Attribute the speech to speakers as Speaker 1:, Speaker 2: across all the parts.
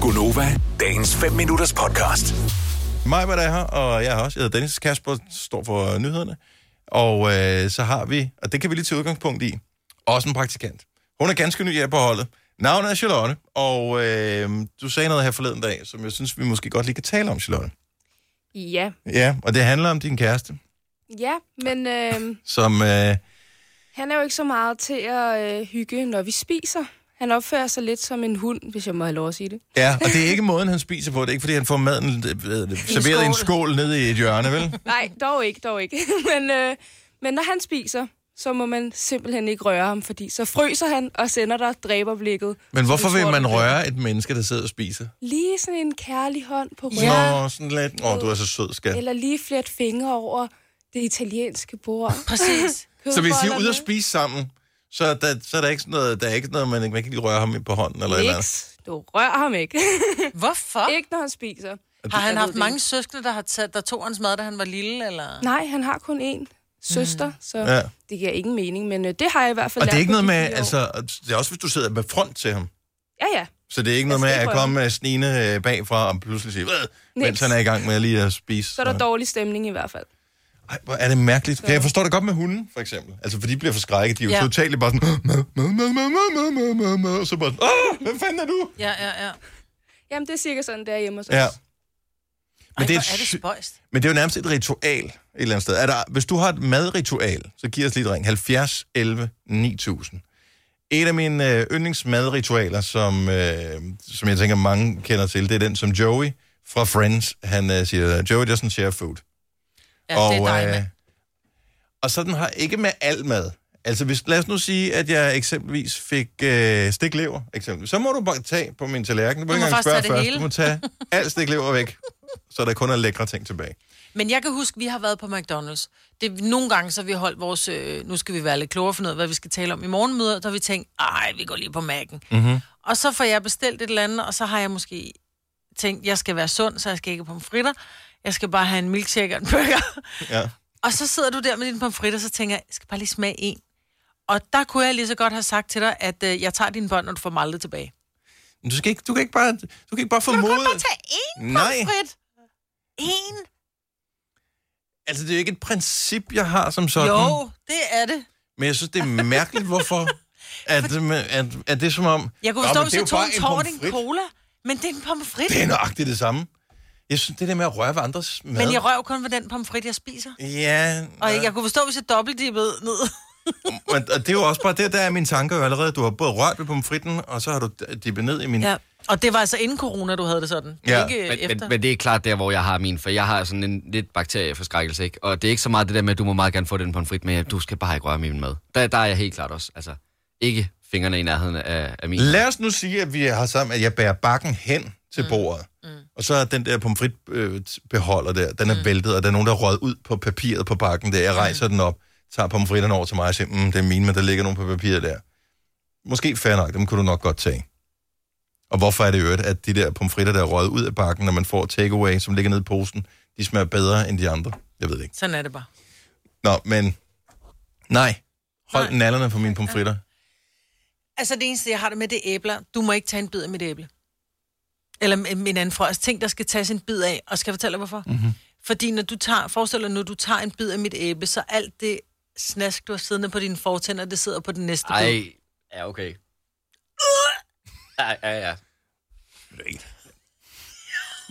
Speaker 1: Gunova, dagens 5 minutters podcast.
Speaker 2: Mig var der her, og jeg er her også. Jeg hedder Dennis Kasper, står for nyhederne. Og øh, så har vi, og det kan vi lige tage udgangspunkt i, også en praktikant. Hun er ganske ny her på holdet. Navnet er Charlotte, og øh, du sagde noget her forleden dag, som jeg synes, vi måske godt lige kan tale om, Charlotte.
Speaker 3: Ja,
Speaker 2: Ja, og det handler om din kæreste,
Speaker 3: ja men øh,
Speaker 2: som... Øh,
Speaker 3: han er jo ikke så meget til at øh, hygge, når vi spiser. Han opfører sig lidt som en hund, hvis jeg må have lov at sige det.
Speaker 2: ja, og det er ikke måden, han spiser på. Det er ikke, fordi han får maden øh, øh, serveret i en skål nede i et hjørne, vel?
Speaker 3: Nej, dog ikke, dog ikke. men, øh, men når han spiser, så må man simpelthen ikke røre ham, fordi så fryser han og sender dig dræberblikket.
Speaker 2: Men hvorfor
Speaker 3: Som en
Speaker 2: vil man
Speaker 3: sort kat.
Speaker 2: røre et menneske, der sidder og spiser?
Speaker 3: Lige sådan en kærlig hånd på ryggen.
Speaker 2: Ja. Nå, sådan lidt. Åh, du er så sød, skat.
Speaker 3: Eller lige flere fingre over det italienske bord.
Speaker 4: Præcis.
Speaker 2: Så hvis I er ude
Speaker 3: Kødbollerne.
Speaker 2: og spise sammen, så er der, så er der ikke sådan noget, der er ikke noget, man, man kan lige røre ham på hånden eller et eller andet.
Speaker 3: Niks. Du rører ham ikke.
Speaker 4: Hvorfor?
Speaker 3: ikke når han spiser.
Speaker 4: Har han
Speaker 3: Jeg
Speaker 4: haft
Speaker 3: ved det
Speaker 4: mange søskende, der, har taget, der tog hans mad, da han var lille? Eller?
Speaker 3: Nej, han har kun én søster, mm. så
Speaker 2: Ja.
Speaker 3: ja. det giver ingen mening, men øh, det har jeg i hvert fald
Speaker 2: Og det er
Speaker 3: lært
Speaker 2: ikke
Speaker 3: på
Speaker 2: noget
Speaker 3: de
Speaker 2: med,
Speaker 3: fire år.
Speaker 2: altså, det er også hvis du sidder med front til ham.
Speaker 3: Ja, ja.
Speaker 2: Så det er ikke noget
Speaker 3: Altså,
Speaker 2: med at
Speaker 3: det prøver
Speaker 2: komme øh, snigende øh, bagfra og pludselig sige, "Øh," mens
Speaker 3: Niks.
Speaker 2: han er i gang med lige at spise.
Speaker 3: Så er der dårlig stemning i hvert fald.
Speaker 2: Ej, hvor er det mærkeligt. Ja, jeg forstår det godt med hunden, for eksempel. Altså, for de bliver forskrækket. De er jo ja.
Speaker 4: Ja.
Speaker 2: totalt bare sådan, "Mad, mad, mad, mad, mad, mad, mad, mad," og så bare, sådan, åh, hvem fanden er du?
Speaker 4: Ja, ja, ja.
Speaker 3: Jamen, det er cirka sådan, det er hjemme hos os.
Speaker 2: Ja.
Speaker 4: Men Ej, det er,
Speaker 2: et
Speaker 4: hvor er det
Speaker 2: sy-
Speaker 4: spøjst.
Speaker 2: Men det er jo nærmest et ritual et eller andet sted. Er der, hvis du har et madritual, så giv os lige et ring. 70 11 9000. Et af mine øh, yndlingsmadritualer, som, øh, som jeg tænker mange kender til, det er den, som Joey fra Friends, han øh, siger, Joey doesn't share food.
Speaker 4: Ja, og, det er dig,
Speaker 2: øh,
Speaker 4: mand.
Speaker 2: og sådan har ikke med alt mad. Altså hvis, lad os nu sige, at jeg eksempelvis fik øh, stiklever, eksempelvis. så må du bare tage på min tallerken. Du må
Speaker 4: Du
Speaker 2: ikke
Speaker 4: må
Speaker 2: engang
Speaker 4: faktisk
Speaker 2: spørge
Speaker 4: tage det
Speaker 2: først.
Speaker 4: hele.
Speaker 2: Du må tage alt stiklever væk, så der kun er lækre ting tilbage.
Speaker 4: Men jeg kan huske, vi har været på McDonald's. Det, nogle gange så har vi holdt vores... Øh, nu skal vi være lidt klogere og finde ud af, hvad vi skal tale om i morgenmødet. Der har vi tænkt, ej, vi går lige på Mac'en. Mm-hmm. Og så får jeg bestilt et eller andet, og så har jeg måske tænkt, jeg skal være sund, så jeg skal ikke på fritter. Jeg skal bare have en milkshake og en burger.
Speaker 2: Ja.
Speaker 4: Og så sidder du der med din pomfrit, og så tænker jeg, jeg skal bare lige smage en. Og der kunne jeg lige så godt have sagt til dig, at øh, jeg tager dine bånd, og du får mig aldrig tilbage.
Speaker 2: Men Du skal ikke, du kan ikke bare, du kan ikke bare
Speaker 4: Du kan
Speaker 2: formode...
Speaker 4: bare tage én
Speaker 2: Nej.
Speaker 4: pomfrit. En?
Speaker 2: Altså, det er jo ikke et princip, jeg har som sådan.
Speaker 4: Jo, det er det.
Speaker 2: Men jeg synes, det er mærkeligt, hvorfor... At, øh, at, at det er som om...
Speaker 4: Jeg kunne
Speaker 2: Nå,
Speaker 4: forstå,
Speaker 2: men
Speaker 4: hvis
Speaker 2: det er
Speaker 4: jeg
Speaker 2: jo
Speaker 4: tog
Speaker 2: bare
Speaker 4: en tårn
Speaker 2: pommes
Speaker 4: en
Speaker 2: frites.
Speaker 4: cola, men det er en pomfrit.
Speaker 2: Det er nøjagtigt det samme. Jeg synes, det der med at røre ved andres mad...
Speaker 4: Men jeg rører jo kun ved den pomfrit, jeg spiser.
Speaker 2: Ja,
Speaker 4: Og
Speaker 2: nej.
Speaker 4: jeg kunne forstå, hvis jeg dobbeltdippede ned.
Speaker 2: Men, og det er jo også bare det, der er mine tanker jo allerede. Du har både rørt ved pomfritten, og så har du dippet ned i min...
Speaker 4: ja. Og det var altså inden corona, du havde det sådan.
Speaker 2: Ja.
Speaker 4: Ikke men,
Speaker 5: Men,
Speaker 4: Øh, efter.
Speaker 5: men, men det er klart der, hvor jeg har min, for jeg har sådan en lidt bakterieforskrækkelse, ikke? Og det er ikke så meget det der med, at du må meget gerne få den pomfrit, men du skal bare ikke røre min mad. Der, der er jeg helt klart også, altså, ikke fingrene i nærheden af, af min.
Speaker 2: Lad os nu sige, at vi har sammen, at jeg bærer bakken hen til bordet. Mm. Og så er den der pomfrit øh, beholder der, den er mm. væltet, og der er nogen, der har røget ud på papiret på bakken der. Jeg rejser mm. den op, tager pomfritterne over til mig og siger, mm, det er mine, men der ligger nogen på papiret der. Måske fair nok, dem kunne du nok godt tage. Og hvorfor er det i øvrigt, at de der pomfritter, der er røget ud af bakken, når man får takeaway, som ligger nede i posen, de smager bedre end de andre? Jeg ved det ikke.
Speaker 4: Sådan er det bare.
Speaker 2: Nå, men nej. Hold
Speaker 4: Nej.
Speaker 2: nallerne for mine pomfritter.
Speaker 4: Altså det eneste, jeg har det med, det er æbler. Du må ikke tage en bid af mit æble. Eller m- min anden frøs. Ting, der skal tages en bid af. Og skal jeg fortælle dig, hvorfor? Mm-hmm. Fordi når du tager, forestil dig, når du tager en bid af mit æble, så alt det snask, du har siddende på dine fortænder, det sidder på den næste bid.
Speaker 5: Ej, ja, okay. Ja, ja, ja.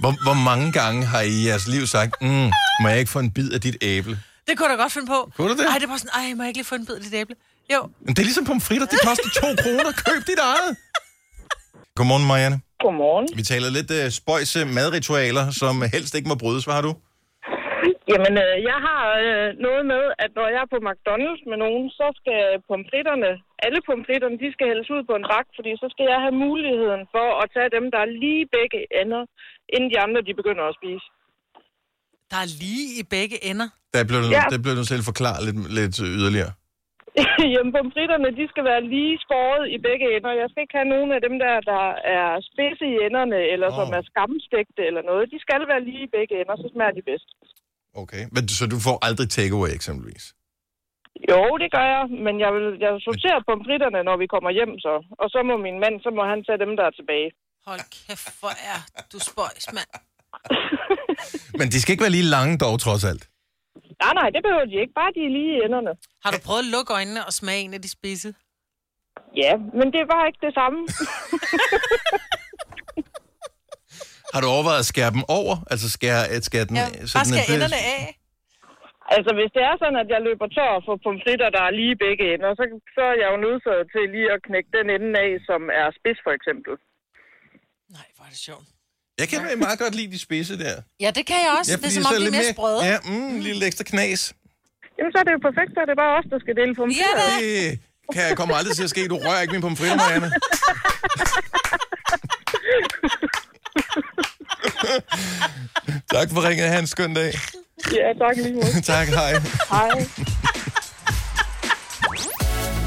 Speaker 2: Hvor, hvor mange gange har I i jeres liv sagt, mm, må jeg ikke få en bid af dit æble?
Speaker 4: Det kunne jeg da godt finde på.
Speaker 2: Kunne du det?
Speaker 4: Ej, det er bare sådan, ej, må jeg ikke lige få en bid af dit æble? Jo.
Speaker 2: Men det er ligesom pomfritter, det koster to kroner, køb dit eget. Godmorgen, Marianne.
Speaker 6: Godmorgen.
Speaker 2: Vi taler lidt uh, spøjse madritualer, som helst ikke må brydes, hvad har du?
Speaker 6: Jamen, øh, jeg har øh, noget med, at når jeg er på McDonald's med nogen, så skal pomfritterne, alle pomfritterne, de skal hældes ud på en rak, fordi så skal jeg have muligheden for at tage dem, der er lige begge ender, inden de andre, de begynder at spise.
Speaker 4: Der er lige i begge ender.
Speaker 2: Der blev, ja.
Speaker 6: Ja.
Speaker 2: der blev du selv forklaret lidt, lidt øh, yderligere.
Speaker 6: Jamen, pomfritterne, de skal være lige skåret i begge ender. Jeg skal ikke have nogen af dem der, der er spidse i enderne, eller oh. som
Speaker 2: Åh.
Speaker 6: er skamstægte eller noget. De skal være lige i begge ender, så smager de bedst.
Speaker 2: Okay, men, så du får aldrig takeaway eksempelvis?
Speaker 6: Jo, det gør jeg, men jeg, vil, jeg sorterer pomfritterne, når vi kommer hjem så. Og så må min mand, så må han tage dem, der er tilbage.
Speaker 4: Hold kæft, hvor er du spøjs, mand.
Speaker 2: Men de skal ikke være lige lange dog, trods alt.
Speaker 6: Nej, nej, det behøver de ikke. Bare de er lige i enderne.
Speaker 4: Har du prøvet at lukke øjnene og smage en af de spidse?
Speaker 6: Ja, men det er bare ikke det samme.
Speaker 2: Har du overvejet at skære dem over? Altså skære, at skære den...
Speaker 4: Ja,
Speaker 2: øh,
Speaker 4: bare
Speaker 2: den
Speaker 4: skal
Speaker 2: er-
Speaker 4: enderne af.
Speaker 6: altså, hvis det er sådan, at jeg løber tør for pomfritter, der er lige i begge ender, så, så er jeg jo nødsaget til lige at knække den ende af, som er spids for eksempel.
Speaker 4: Nej, hvor er det sjovt.
Speaker 2: Jeg kan meget godt lide de spidse der.
Speaker 4: Ja, det kan jeg også. Ja, det
Speaker 2: fordi
Speaker 4: er som
Speaker 2: så
Speaker 4: om, de er
Speaker 2: lidt
Speaker 4: mere sprøde. Ja.
Speaker 2: Ja, mm, en lille ekstra knas.
Speaker 6: Jamen, så er det jo perfekt, så er det bare os, der skal dele pomfritter.
Speaker 4: Ja, da.
Speaker 2: Det kan jeg kommer aldrig til at ske. Du rører ikke min pomfritter, Marianne. tak for ringet. Ha' en skøn dag.
Speaker 6: Ja, tak lige måde.
Speaker 2: tak, hej.
Speaker 6: Hej.